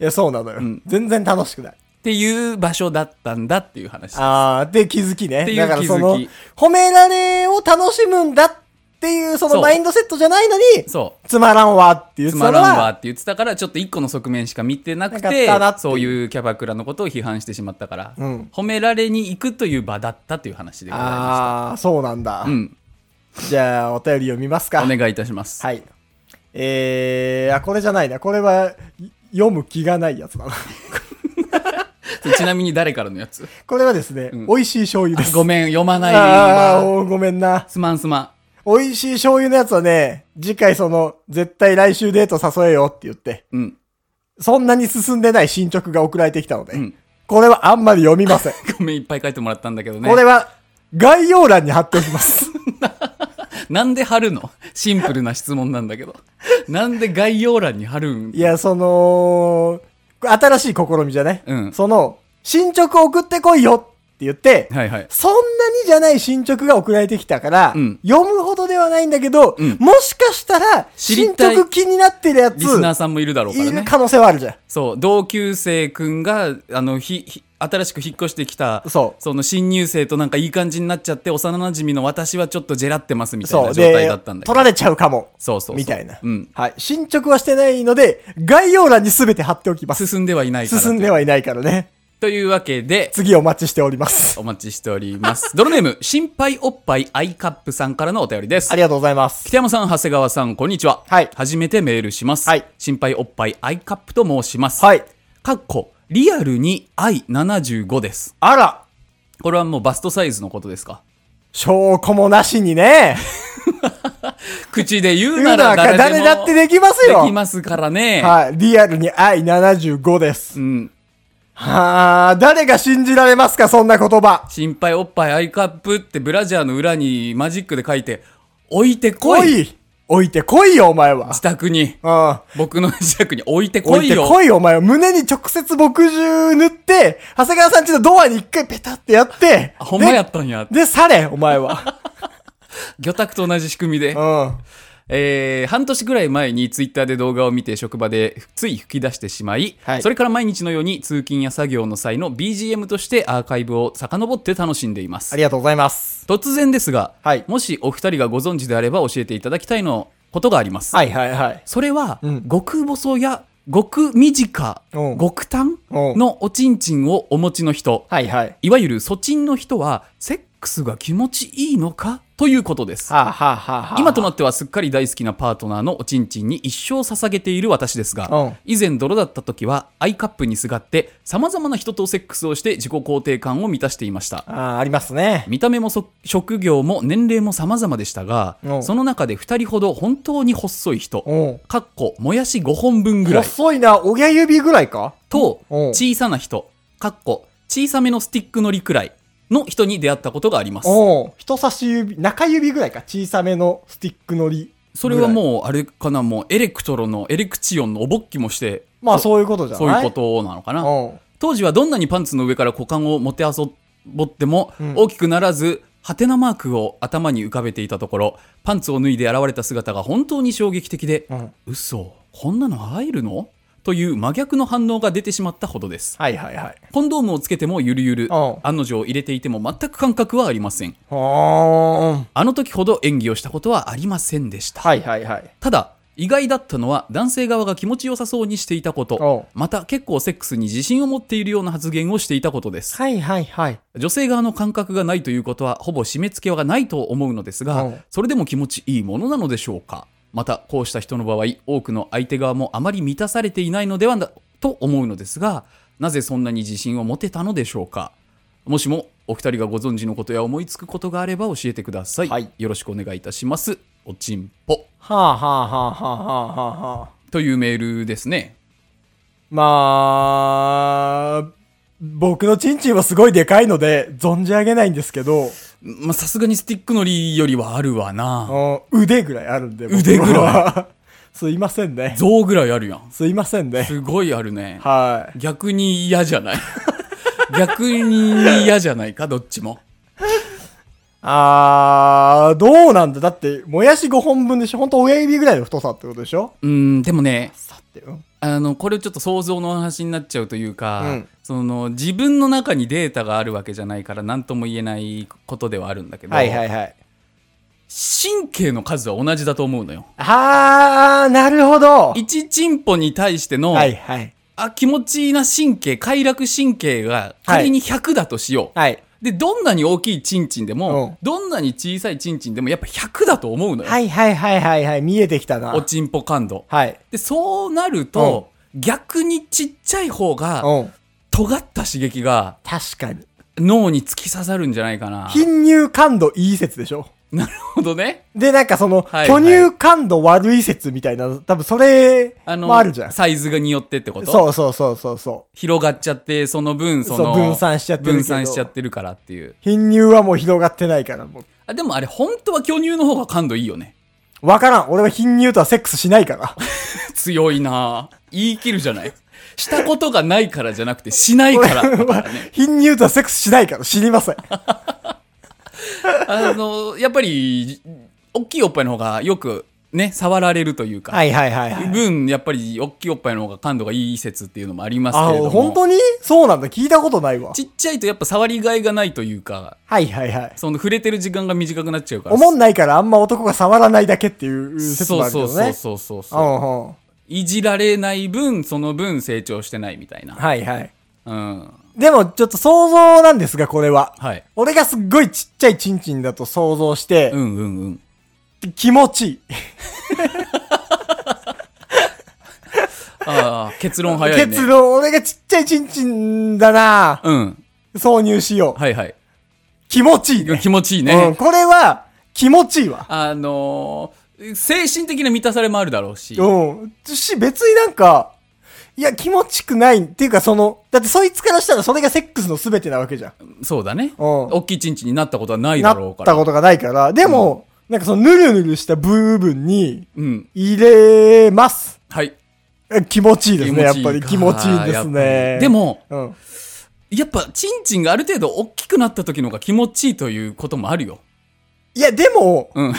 Speaker 1: いや、そうなのよ。全然楽しくない。
Speaker 2: っていう場所だったんだっていう話。
Speaker 1: ああ、で気づきね。
Speaker 2: っていう
Speaker 1: だからその
Speaker 2: 気づき、
Speaker 1: 褒められを楽しむんだっていう、そ
Speaker 2: そ
Speaker 1: の
Speaker 2: う
Speaker 1: マインドセットじゃないのに、
Speaker 2: そ
Speaker 1: つまらんわって言
Speaker 2: う。
Speaker 1: っ
Speaker 2: つ
Speaker 1: てた
Speaker 2: ま
Speaker 1: の
Speaker 2: らんわっ
Speaker 1: は、
Speaker 2: て言ってたから、ちょっと一個の側面しか見てなく
Speaker 1: なか
Speaker 2: て
Speaker 1: ったなっていう
Speaker 2: そういうキャバクラのことを批判してしまったから、
Speaker 1: うん
Speaker 2: 褒められに行くという場だったという話でございま
Speaker 1: ああ、そうなんだ。
Speaker 2: した。うん。
Speaker 1: じゃあ、お便り読みますか。
Speaker 2: お願いいたします。
Speaker 1: はい。えー、あ、これじゃないな。これは、い読む気がないやつだな。 (laughs)
Speaker 2: ちなみに誰からのやつ
Speaker 1: これはですね、
Speaker 2: ん
Speaker 1: 美味しい醤油です。
Speaker 2: ごめん、読まない
Speaker 1: ああ、
Speaker 2: わ。
Speaker 1: おーごめんな。
Speaker 2: すまんすま
Speaker 1: 美味しい醤油のやつはね、次回その、絶対来週デート誘えよって言って、
Speaker 2: ん。うん。
Speaker 1: そんなに進んでない進捗が送られてきたので、
Speaker 2: うん
Speaker 1: これはあんまり読みま
Speaker 2: (laughs)
Speaker 1: せん。
Speaker 2: ごめん、いっぱい書いてもらったんだけどね。
Speaker 1: これは概要欄に貼っておきます。
Speaker 2: なんで貼るのシンプルな質問なんだけど。なんで概要欄に貼るん
Speaker 1: いや、その、新しい試みじゃね、
Speaker 2: うん
Speaker 1: その、進捗送ってこいよって言って、
Speaker 2: はいはい。
Speaker 1: そんなにじゃない進捗が送られてきたから、
Speaker 2: うん
Speaker 1: 読むほどではないんだけど、
Speaker 2: うん
Speaker 1: もしかしたら、
Speaker 2: 知り
Speaker 1: 進
Speaker 2: たい
Speaker 1: 捗気になってるやつ、
Speaker 2: リスナーさんもいるだろうから
Speaker 1: いる
Speaker 2: ね。
Speaker 1: 可能性はあるじゃん。
Speaker 2: そう、同級生くんが、あの、ひ、ひ新しく引っ越してきた、
Speaker 1: そう
Speaker 2: の新入生となんかいい感じになっちゃって、幼馴染の私はちょっとジェラってますみたい
Speaker 1: そ
Speaker 2: な
Speaker 1: う。
Speaker 2: 状態
Speaker 1: で
Speaker 2: だったん、だけ
Speaker 1: 取
Speaker 2: ど。
Speaker 1: られちゃうかも。
Speaker 2: そうそうそう
Speaker 1: みたいな。
Speaker 2: うん
Speaker 1: はい。進捗はしてないので、概要欄に全て貼っておきます。
Speaker 2: 進んではいないからという。
Speaker 1: 進んではいないからね。
Speaker 2: というわけで、
Speaker 1: 次お待ちしております。
Speaker 2: お待ちしております。ドロ
Speaker 1: (laughs)
Speaker 2: ネーム、心配おっぱいアイカップさんからのお便りです
Speaker 1: あ。りがとうございます。
Speaker 2: 北山さん、長谷川さん、こんにちは。
Speaker 1: はい
Speaker 2: 初めてメールします。
Speaker 1: はい
Speaker 2: 心配おっぱいアイカップと申します。
Speaker 1: はい。
Speaker 2: かっこ、リアルに I75 です。
Speaker 1: あら、
Speaker 2: これはもうバストサイズのことですか
Speaker 1: 証拠もなしにね。
Speaker 2: 口で言う
Speaker 1: 言う
Speaker 2: (laughs) な
Speaker 1: な
Speaker 2: ら
Speaker 1: ら
Speaker 2: 誰でも
Speaker 1: 誰だってできますよ
Speaker 2: でき。ますからね。
Speaker 1: はい。リアルに I75 です。
Speaker 2: うん。
Speaker 1: はあ、誰が信じられますか、そんな言葉。
Speaker 2: 心配おっぱいアイカップってブラジャーの裏にマジックで書いて、置いてこ
Speaker 1: 来
Speaker 2: い
Speaker 1: い。置いて来いよ、お前は
Speaker 2: 自。宅に。
Speaker 1: うん。
Speaker 2: 僕の自宅に置いてこ
Speaker 1: 置い
Speaker 2: い
Speaker 1: て
Speaker 2: よ。
Speaker 1: 来いよ、お前は。胸に直接墨汁塗って、長谷川さんちのドアに一回ペタってやって、
Speaker 2: あほんまやったんや。
Speaker 1: で、でされ、お前
Speaker 2: (laughs)
Speaker 1: は。
Speaker 2: 魚拓と同じ仕組みで
Speaker 1: う。ん。
Speaker 2: えー半年ぐらい前にツイッターで動画を見て職場でつい吹き出してしまい、
Speaker 1: はい
Speaker 2: それから毎日のように通勤や作業の際の BGM としてアーカイブを遡って楽しんでいます
Speaker 1: あ。りがとうございます。
Speaker 2: 突然ですが、
Speaker 1: はい
Speaker 2: もしお二人がご存知であれば教えていただきたいのことがあります。
Speaker 1: はいはいはい。
Speaker 2: それは、
Speaker 1: うん
Speaker 2: 極細や極短、
Speaker 1: うん
Speaker 2: 極短
Speaker 1: うん
Speaker 2: のおちんちんをお持ちの人、
Speaker 1: はいはい。
Speaker 2: いわゆるそちんの人は、セックスが気持ちいいのかということです。
Speaker 1: はあ、はあはあはあ、
Speaker 2: 今となってはすっかり大好きなパートナーのおちんちんに一生捧げている私ですが、
Speaker 1: うん
Speaker 2: 以前泥だった時はアイカップにすがって様々な人とセックスをして自己肯定感を満たしていました。
Speaker 1: あーありますね。
Speaker 2: 見た目もそ職業も年齢も様々でしたが、
Speaker 1: うん
Speaker 2: その中で2人ほど本当に細い人、
Speaker 1: うん。
Speaker 2: かっこもやし5本分ぐらい
Speaker 1: 細いな、親指ぐらいか
Speaker 2: と
Speaker 1: うん
Speaker 2: 小さな人、かっこ小さめのスティックのりくらいの人に出会ったことがあります。
Speaker 1: おう人差し指、中指ぐらいか。小さめのスティックのり。
Speaker 2: それはもうあれかな、もうエレクトロのエレクチオンのおぼっきもして、
Speaker 1: まあ
Speaker 2: そ
Speaker 1: そういうことじゃ
Speaker 2: そうい
Speaker 1: な
Speaker 2: う
Speaker 1: い
Speaker 2: ことなのかな。
Speaker 1: こ
Speaker 2: 当時はどんなにパンツの上から股間をもてあそぼっても
Speaker 1: うん
Speaker 2: 大きくならず、ハテナマークを頭に浮かべていたところ、パンツを脱いで現れた姿が本当に衝撃的で、
Speaker 1: うん。うん。
Speaker 2: 嘘、こんなの入るのという真逆の反応が出てしまったほどです。
Speaker 1: はいはいはい。
Speaker 2: コンドームをつけてもゆるゆる、
Speaker 1: うん
Speaker 2: 案の定入れていても全く感覚はありません。
Speaker 1: はーん。
Speaker 2: あの時ほど演技をしたことはありませんでした。
Speaker 1: はいはいはい。
Speaker 2: ただ、意外だったのは男性側が気持ちよさそうにしていたこ
Speaker 1: おう
Speaker 2: とまた結構セックスに自信を持っているような発言をしていたことです
Speaker 1: はいはいはい。
Speaker 2: 女性側の感覚がないということはほぼ締め付けはないと思うのですが、
Speaker 1: うん
Speaker 2: それでも気持ちいいものなのでしょうかまたこうした人の場合多くの相手側もあまり満たされていないのではなと思うのですがなぜそんなに自信を持てたのでしょうかもしもお二人がご存知のことや思いつくことがあれば教えてください、
Speaker 1: はい
Speaker 2: よろしくお願いいたしますおちんぽ
Speaker 1: はあはあはあはあはあはあ。
Speaker 2: というメールですね
Speaker 1: まあ、僕のチンチンはすごいでかいので、存じ上げないんですけど、
Speaker 2: まあさすがにスティックのりよりはあるわな
Speaker 1: うん腕ぐらいあるんで。僕は
Speaker 2: 腕ぐら
Speaker 1: (laughs) すいませんね。
Speaker 2: 象ぐらいあるやん
Speaker 1: すいませんね。
Speaker 2: すごいあるね
Speaker 1: はい。
Speaker 2: 逆に嫌じゃない (laughs) 逆に嫌じゃないかどっちも
Speaker 1: あー、どうなんだだって、もやし5本分でしょほんと親指ぐらいの太さってことでしょ
Speaker 2: うんでもね
Speaker 1: さって。うん
Speaker 2: あのこれちょっと想像の話になっちゃうというか、
Speaker 1: うん
Speaker 2: その自分の中にデータがあるわけじゃないから何とも言えないことではあるんだけど、
Speaker 1: はいはいはい。
Speaker 2: 神経の数は同じだと思うのよ
Speaker 1: あー、なるほど。
Speaker 2: 一チンポに対しての、
Speaker 1: はいはい。
Speaker 2: あ気持ちいいな神経快楽神経が仮に100だとしよう、
Speaker 1: はい。
Speaker 2: でどんなに大きいチンチンで
Speaker 1: うん
Speaker 2: もどんなに小さいチンチンでもやっぱ100だと思うのよ、
Speaker 1: はいはいはいはいはい。見えてきたな。
Speaker 2: おちんぽ感度
Speaker 1: はい。
Speaker 2: で、そうなると、逆にちっちゃい方が、
Speaker 1: うん。
Speaker 2: 尖った刺激が
Speaker 1: 確かに。
Speaker 2: 脳に突き刺さるんじゃないかな。
Speaker 1: 貧乳感度いい説でしょ
Speaker 2: なるほどね。
Speaker 1: で、なんかその、
Speaker 2: はい
Speaker 1: 巨乳感度悪い説みたいな、多分それ
Speaker 2: あ
Speaker 1: もあるじゃん。
Speaker 2: サイズがによってってこと
Speaker 1: そうそうそうそうそう。
Speaker 2: 広がっちゃって、その分、そ
Speaker 1: そう
Speaker 2: の、
Speaker 1: 分散しちゃってるけど
Speaker 2: 分散しちゃってるからっていう。
Speaker 1: 貧乳はもう広がってないから、も
Speaker 2: あ、でもあれ、本当は巨乳の方が感度いいよね。 (laughs)
Speaker 1: う。わからん。俺は貧乳とはセックスしない (laughs) から。
Speaker 2: 強いなぁ言い切るじ
Speaker 1: (laughs)
Speaker 2: ゃない。したことがないからじゃなくて、しないからだからね。
Speaker 1: 貧乳とはセックスしないから知りません。
Speaker 2: あの、やっぱり、大きいおっぱいの方がよく、ね、触られるというか、
Speaker 1: はいはいはいはい。
Speaker 2: 分やっぱり大きいおっぱいの方が感度がいい説っていうのもあります
Speaker 1: あ、
Speaker 2: けれども
Speaker 1: 本当にそうなんだ。聞いたことないわ。
Speaker 2: ちっちゃいとやっぱ触りがいがないというか
Speaker 1: はいはいはい。
Speaker 2: その触れてる時間が短くなっちゃうから
Speaker 1: 思んないからあんま男が触らないだけっていう説も
Speaker 2: そ
Speaker 1: あ
Speaker 2: う
Speaker 1: るけど
Speaker 2: そ
Speaker 1: ね。
Speaker 2: うそうそ
Speaker 1: う
Speaker 2: うそうそうん
Speaker 1: うん。
Speaker 2: いじられない分その分成長してないみたいな
Speaker 1: はいはい。
Speaker 2: うん
Speaker 1: でもちょっと想像なんですが、これは。
Speaker 2: はい
Speaker 1: 俺がすっごいちっちゃいチンチンだと想像して、
Speaker 2: うんうんうん
Speaker 1: 気持ちいい。
Speaker 2: ああ結論早いね
Speaker 1: 結論、俺がちっちゃいチンチンだな
Speaker 2: うん
Speaker 1: 挿入しよう。
Speaker 2: はいはい
Speaker 1: 気持ちいいね。
Speaker 2: 気持ちいい
Speaker 1: うん、
Speaker 2: ね
Speaker 1: これは、気持ちいいわ。
Speaker 2: あのー精神的な満たされもあるだろうし
Speaker 1: うん。し、別になんか、いや、気持ちくない。っていうか、その、だってそいつからしたらそれがセックスの全てなわけじゃん。
Speaker 2: そうだね
Speaker 1: うん
Speaker 2: 大きいチンチンになったことはない
Speaker 1: な
Speaker 2: だろ
Speaker 1: っ
Speaker 2: うから
Speaker 1: たことがないから。でも、なんかその、ぬるぬるした部分に、
Speaker 2: うん
Speaker 1: 入れます。
Speaker 2: はい
Speaker 1: え気持ちいいですね、やっ
Speaker 2: 気持
Speaker 1: ぱ
Speaker 2: ちいい
Speaker 1: り。
Speaker 2: か
Speaker 1: 気持ちいいです
Speaker 2: やっぱ
Speaker 1: ね。
Speaker 2: りで、も、
Speaker 1: うん。
Speaker 2: やっぱ、チンチンがある程度大きくなった時の方が気持ちいいということもあるよ。
Speaker 1: いや、でも、
Speaker 2: うん。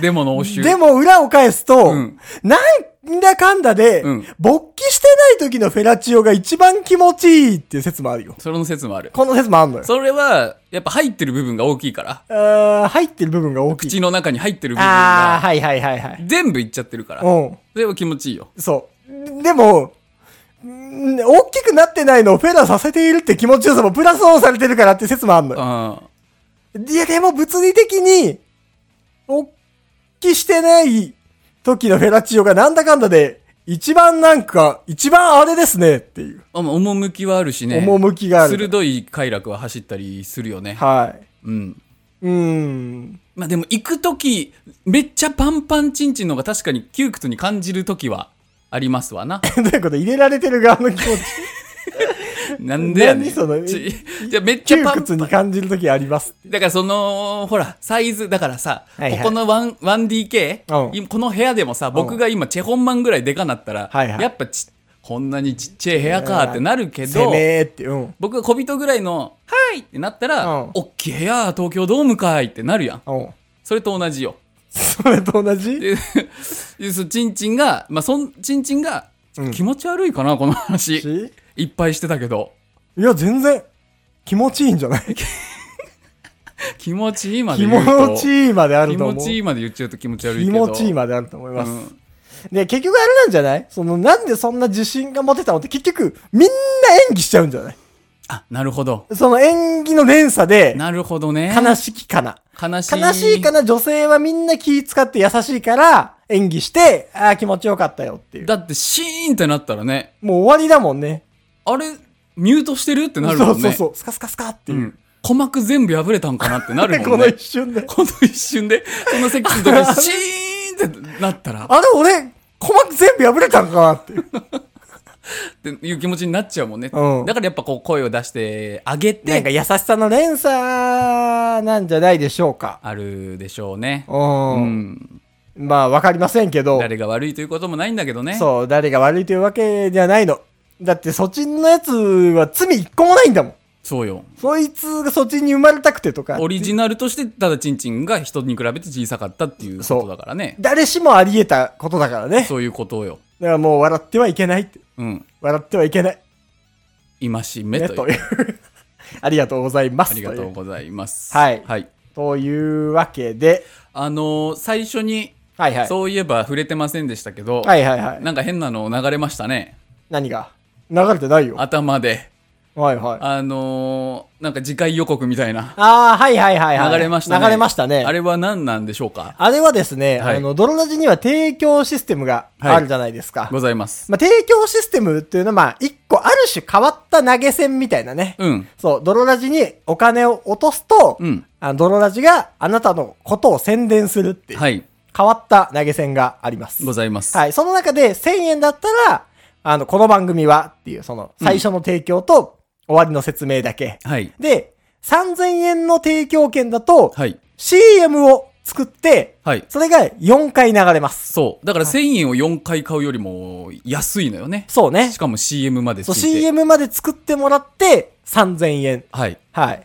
Speaker 2: デモの応酬。
Speaker 1: でも裏を返すと、
Speaker 2: うん
Speaker 1: なんだかんだで、
Speaker 2: うん
Speaker 1: 勃起してない時のフェラチオが一番気持ちいいっていう説もあるよ。
Speaker 2: それの説もある。
Speaker 1: この説もあるのよ。
Speaker 2: それは、やっぱ入ってる部分が大きいから。
Speaker 1: あー入ってる部分が大きい。
Speaker 2: 口の中に入ってる部分
Speaker 1: あー、
Speaker 2: が、
Speaker 1: はいはいはいはい。
Speaker 2: 全部いっちゃってるから。
Speaker 1: うん。
Speaker 2: それは気持ちいいよ。
Speaker 1: そう。でも、ん大きくなってないのをフェラさせているって気持ちよさもプラスオンされてるからって説もあるの
Speaker 2: う
Speaker 1: よ。
Speaker 2: ん。
Speaker 1: いや、でも物理的に、勃起してない時のフェラチオがなんだかんだで、一番なんか、一番あれですねっていう。
Speaker 2: あまあ趣はあるしね。
Speaker 1: 趣がある。
Speaker 2: 鋭い快楽は走ったりするよね。
Speaker 1: は
Speaker 2: うん。
Speaker 1: い。うーん。 (laughs)
Speaker 2: まあでも、行く時、めっちゃパンパンチンチンの方が確かに窮屈に感じる時はありますわ
Speaker 1: (laughs)
Speaker 2: な。
Speaker 1: どういうこと入れられてる側の気持ち。
Speaker 2: なんでやねん。
Speaker 1: 何その
Speaker 2: ちじゃあめっ (laughs) ちゃ
Speaker 1: 窮
Speaker 2: パンパ
Speaker 1: 屈
Speaker 2: ン
Speaker 1: に感じるときあります。
Speaker 2: だからその、ほら、サイズ、だからさ、
Speaker 1: はいはい
Speaker 2: ここのワン 1DK、
Speaker 1: うん
Speaker 2: 今この部屋でもさ、僕が今チェホンマンぐらいでかなったら、
Speaker 1: はいはい
Speaker 2: やっぱち、こんなにちっちゃい部屋かってなるけ
Speaker 1: せ
Speaker 2: ど、
Speaker 1: めーって、うん。
Speaker 2: 僕が小人ぐらいの、はいってなったら、
Speaker 1: うん
Speaker 2: おっきい部屋、東京ドームかいってなるやん。
Speaker 1: うん。
Speaker 2: それと同じよ。
Speaker 1: それと同じ
Speaker 2: で、でそうチンチンが、まあ、そん、チンチンが、
Speaker 1: うん
Speaker 2: 気持ち悪いかな、この話。
Speaker 1: し
Speaker 2: いっぱいしてたけど。
Speaker 1: いや、全然、気持ちいいんじゃない
Speaker 2: 気気持ちいいまで
Speaker 1: 気
Speaker 2: 言うと
Speaker 1: 持ちいいまである
Speaker 2: 気
Speaker 1: と思
Speaker 2: 持
Speaker 1: う。
Speaker 2: ちいいまで言っちゃうと気持ち悪い
Speaker 1: 気
Speaker 2: けど
Speaker 1: 持ちいいまであると思います。
Speaker 2: うん
Speaker 1: で、結局あれなんじゃないその、なんでそんな自信が持てたのって結局、みんな演技しちゃうんじゃない
Speaker 2: あなるほど
Speaker 1: その演技の連鎖で、
Speaker 2: なるほどね
Speaker 1: 悲しきかな。
Speaker 2: 悲しい
Speaker 1: 悲しいかな女性はみんな気使って優しいから、演技して、ああ、気持ちよかったよっていう。
Speaker 2: だってシーンってなったらね
Speaker 1: もう終わりだもんね。
Speaker 2: あれミュートしてるってなるもんね
Speaker 1: そうそうそう。スカスカスカっていうう。
Speaker 2: ん鼓膜全部破れたんかなってなる
Speaker 1: で、
Speaker 2: もん
Speaker 1: こ
Speaker 2: ね
Speaker 1: の (laughs) 一瞬で。
Speaker 2: この一瞬で、そのセックスの
Speaker 1: (laughs)
Speaker 2: 時にシーンってなったら、
Speaker 1: あれ、俺、鼓膜全部破れたんかなっていう。
Speaker 2: っていう気持ちになっちゃうもんね。
Speaker 1: うん
Speaker 2: だからやっぱこう声を出してあげ
Speaker 1: なんか
Speaker 2: て、
Speaker 1: 優しさの連鎖なんじゃないでしょうか。
Speaker 2: あるでしょうね。
Speaker 1: う。
Speaker 2: うんん。
Speaker 1: まあ、わかりませんけど。
Speaker 2: 誰が悪いということもないんだけどね。
Speaker 1: そう、誰が悪いというわけじゃないの。だって、そっちのやつは罪一個もないんだもん。
Speaker 2: そうよ。
Speaker 1: そいつがそっちに生まれたくてとか。
Speaker 2: オリジナルとして、ただチンチンが人に比べて小さかったっていうことだからね。
Speaker 1: 誰しもあり得たことだからね。だか
Speaker 2: そういうことよ。
Speaker 1: らもう笑ってはいけないって。
Speaker 2: うん。
Speaker 1: 笑ってはいけない。
Speaker 2: 今しめ
Speaker 1: ね、
Speaker 2: と
Speaker 1: と
Speaker 2: いう。
Speaker 1: いう。 (laughs) ありがとうございます。
Speaker 2: ありが
Speaker 1: と
Speaker 2: と
Speaker 1: いう
Speaker 2: ございます。
Speaker 1: はい
Speaker 2: はい。
Speaker 1: というわけで、
Speaker 2: あのー最初に、
Speaker 1: はいはい。
Speaker 2: そういえば触れてませんでしたけど、
Speaker 1: はいはいはい。
Speaker 2: なんか変なの流れましたね。
Speaker 1: 何が流れてないよ。
Speaker 2: 頭で。
Speaker 1: はいはい。あ
Speaker 2: あのーなんか次回予告みたいな。
Speaker 1: あー、はいはいはいはい。
Speaker 2: 流れましたね。
Speaker 1: 流れましたね。
Speaker 2: あれは何なんでしょうか
Speaker 1: あれはですね、
Speaker 2: はい
Speaker 1: あの、泥ラジには提供システムがあるじゃないですか。
Speaker 2: ございます。
Speaker 1: まあ、提供システムっていうのは、まあ、一個ある種変わった投げ銭みたいなね。
Speaker 2: うん。
Speaker 1: そう、泥ラジにお金を落とすと、
Speaker 2: うん。
Speaker 1: あの泥ラジがあなたのことを宣伝するっていう、
Speaker 2: はい。
Speaker 1: 変わった投げ銭があります。
Speaker 2: ございます。
Speaker 1: はい。その中で1000円だったら、あの、この番組はっていう、その、最初の提供と終わりの説明だけ。
Speaker 2: はい。
Speaker 1: で、3000円の提供券だと、
Speaker 2: はい。
Speaker 1: CM を作って、
Speaker 2: はい。
Speaker 1: それが4回流れます。
Speaker 2: そう。だから1000円を4回買うよりも安いのよね。
Speaker 1: そうね
Speaker 2: し。かも CM までつ
Speaker 1: そ
Speaker 2: い
Speaker 1: う、
Speaker 2: て。。
Speaker 1: CM まで作ってもらって、3000円。
Speaker 2: はい。
Speaker 1: はい。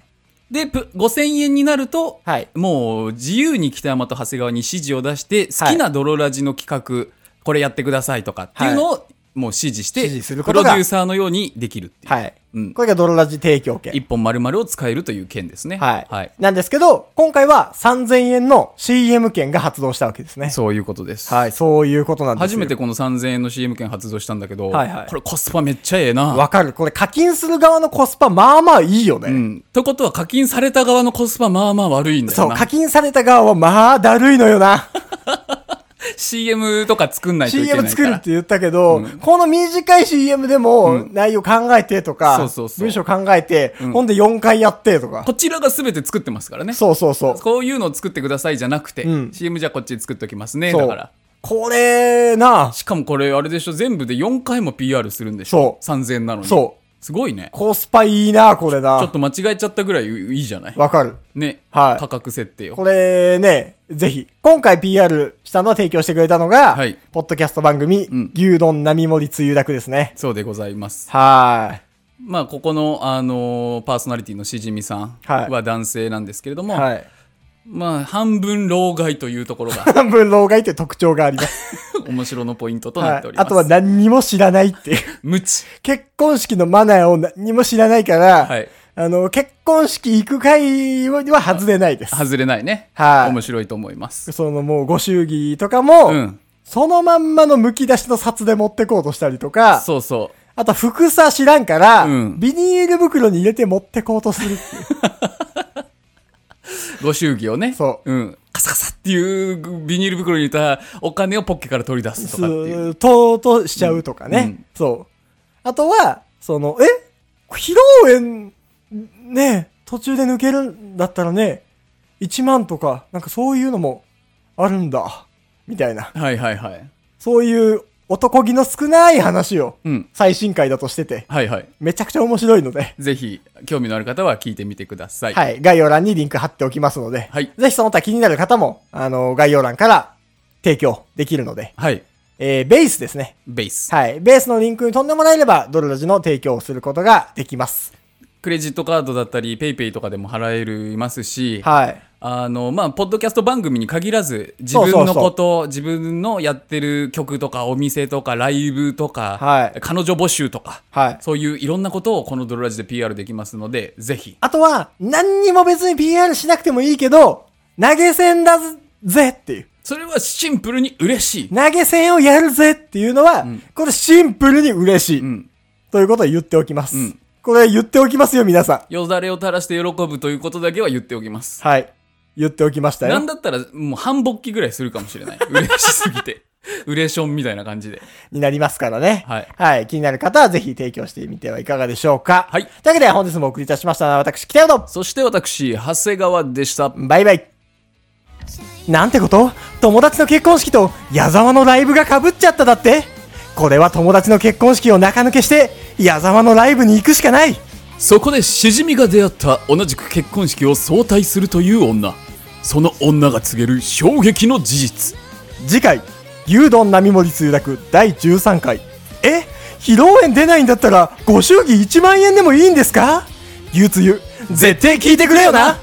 Speaker 2: で、ぷ5000円になると、
Speaker 1: はい。
Speaker 2: もう自由に北山と長谷川に指示を出して、好きな泥ラジの企画、これやってくださいとかっていうのを、もう指示して、
Speaker 1: 指示する
Speaker 2: プ
Speaker 1: こと
Speaker 2: ロ
Speaker 1: が
Speaker 2: デューサーのようにできるっていう。
Speaker 1: はい。
Speaker 2: うん。
Speaker 1: これが泥ラジ提供券。
Speaker 2: 一本丸々を使えるという件ですね。
Speaker 1: はい。
Speaker 2: はい。
Speaker 1: なんですけど、今回は3000円の CM 券が発動したわけですね。
Speaker 2: そういうことです。
Speaker 1: はい。そういうことなんですよ
Speaker 2: 初めてこの3000円の CM 券発動したんだけど、
Speaker 1: はいはい
Speaker 2: これコスパめっちゃええな。
Speaker 1: わかる。これ課金する側のコスパ、まあまあいいよね。
Speaker 2: うん。ということは課金された側のコスパまあまあ悪いんだ
Speaker 1: そ
Speaker 2: よ
Speaker 1: う、
Speaker 2: な。
Speaker 1: 課金された側はまあだるいのよな。
Speaker 2: CM とか作んないといけないか
Speaker 1: CM 作
Speaker 2: ら。
Speaker 1: るって言ったけど、この短い CM でも内容考えてとか、
Speaker 2: そうそうそう
Speaker 1: 文章考えて、ほんで4回やってとか。
Speaker 2: こちらが全て作ってますからね。
Speaker 1: そうそうそう。
Speaker 2: こういうのを作ってくださいじゃなくて、
Speaker 1: うん
Speaker 2: CM じゃあこっちで作っておきますね。
Speaker 1: そう
Speaker 2: だから。
Speaker 1: これな、
Speaker 2: しかもこれあれでしょ、全部で4回も PR するんでしょ。3000なのに。。
Speaker 1: そう
Speaker 2: すごいね。ち
Speaker 1: コスパいいな、これ
Speaker 2: ょ
Speaker 1: な
Speaker 2: っ。と間違えちゃったぐらいいいじゃない。
Speaker 1: わかる。
Speaker 2: ね。
Speaker 1: はい
Speaker 2: 価格設定を。
Speaker 1: これね、ぜひ、今回 PR したのを提供してくれたのが、
Speaker 2: はい
Speaker 1: ポッドキャスト番組、
Speaker 2: ん
Speaker 1: 牛丼並盛りつゆだくですね。
Speaker 2: そうでございます。
Speaker 1: はーい。
Speaker 2: まあ、ここの、あのーパーソナリティのしじみさん
Speaker 1: はい
Speaker 2: は男性なんですけれども、
Speaker 1: (laughs) はい。
Speaker 2: まあ、半分老害というところ
Speaker 1: (laughs)
Speaker 2: が
Speaker 1: 半分老害という特徴があります。
Speaker 2: 面白のポイントとな
Speaker 1: は
Speaker 2: ってお
Speaker 1: い
Speaker 2: り。ます。
Speaker 1: あとは何にも知らないっていう。
Speaker 2: 無知。
Speaker 1: 結婚式のマナーを何にも知らないから、
Speaker 2: はい
Speaker 1: あの、結婚式行く会は外れないです。
Speaker 2: 外れないね。
Speaker 1: はい
Speaker 2: 面白いと思います。
Speaker 1: そのもうご祝儀とかも、
Speaker 2: うん。
Speaker 1: そのまんまの剥き出しの札で持ってこうとしたりとか、
Speaker 2: そうそ
Speaker 1: あと服さ知らんから、
Speaker 2: うん
Speaker 1: ビニール袋に入れて持ってこうとするっていう。
Speaker 2: う。ご祝儀をね。。
Speaker 1: そう
Speaker 2: うん。カサカサっていうビニール袋に入れたお金をポッケから取り出すとかっていう。
Speaker 1: すとうとしちゃうとかね。
Speaker 2: うん
Speaker 1: そう。あとは、その、え披露宴、ね途中で抜けるんだったらね、1万とか、なんかそういうのもあるんだ。みたいな。
Speaker 2: はいはいはい。
Speaker 1: そういう男気の少ない話を、
Speaker 2: うん。
Speaker 1: 最新回だとしてて、
Speaker 2: はいはい。
Speaker 1: めちゃくちゃ面白いので、
Speaker 2: ぜひ、興味のある方は聞いてみてください。
Speaker 1: はい、概要欄にリンク貼っておきますので、
Speaker 2: はい
Speaker 1: ぜひその他気になる方も、あの、概要欄から提供できるので、
Speaker 2: はい。
Speaker 1: えー、ベースですね。
Speaker 2: ベース。
Speaker 1: はい。ベースのリンクに飛んでもらえれば、ドルラジの提供をすることができます。
Speaker 2: クレジットカードだったり、ペイペイとかでも払えるますし、
Speaker 1: はい。
Speaker 2: あの、まあ、ポッドキャスト番組に限らず、自
Speaker 1: そうそうそ
Speaker 2: 分
Speaker 1: う
Speaker 2: のこと、自分のやってる曲とか、お店とか、ライブとか、
Speaker 1: はい
Speaker 2: 彼女募集とか、
Speaker 1: はい。
Speaker 2: そういういろんなことをこのドロラジで PR できますので、ぜひ。
Speaker 1: あとは、何にも別に PR しなくてもいいけど、投げ銭だぜっていう。
Speaker 2: それはシンプルに嬉しい。
Speaker 1: 投げ銭をやるぜっていうのは、これシンプルに嬉しい。
Speaker 2: うん。
Speaker 1: ということは言っておきます。
Speaker 2: うん
Speaker 1: これ言っておきますよ、皆さ
Speaker 2: よだれを垂らして喜ぶということだけは言っておきます。
Speaker 1: ん。はい。言っておきました
Speaker 2: なん
Speaker 1: よ。
Speaker 2: だったら、もう半勃起ぐらいするかもしれない。嬉しすぎて。ウレションみたいな感じで。
Speaker 1: になりますからね。
Speaker 2: はい
Speaker 1: 気になる方はぜひ提供してみてはいかがでしょうか。
Speaker 2: はい
Speaker 1: というわけで本日もお送りいたしましたのは私、北山と、
Speaker 2: そして私、長谷川でした。
Speaker 1: バイバイ。なんてこと友達の結婚式と矢沢のライブが被っちゃっただってこれは友達の結婚式を中抜けして矢沢のライブに行くしかない
Speaker 2: そこでしじみが出会った同じく結婚式を早退するという女その女が告げる衝撃の事実
Speaker 1: 次回牛丼並盛り墜落第13回え披露宴出ないんだったらご祝儀1万円でもいいんですか牛つゆ絶対聞いてくれよな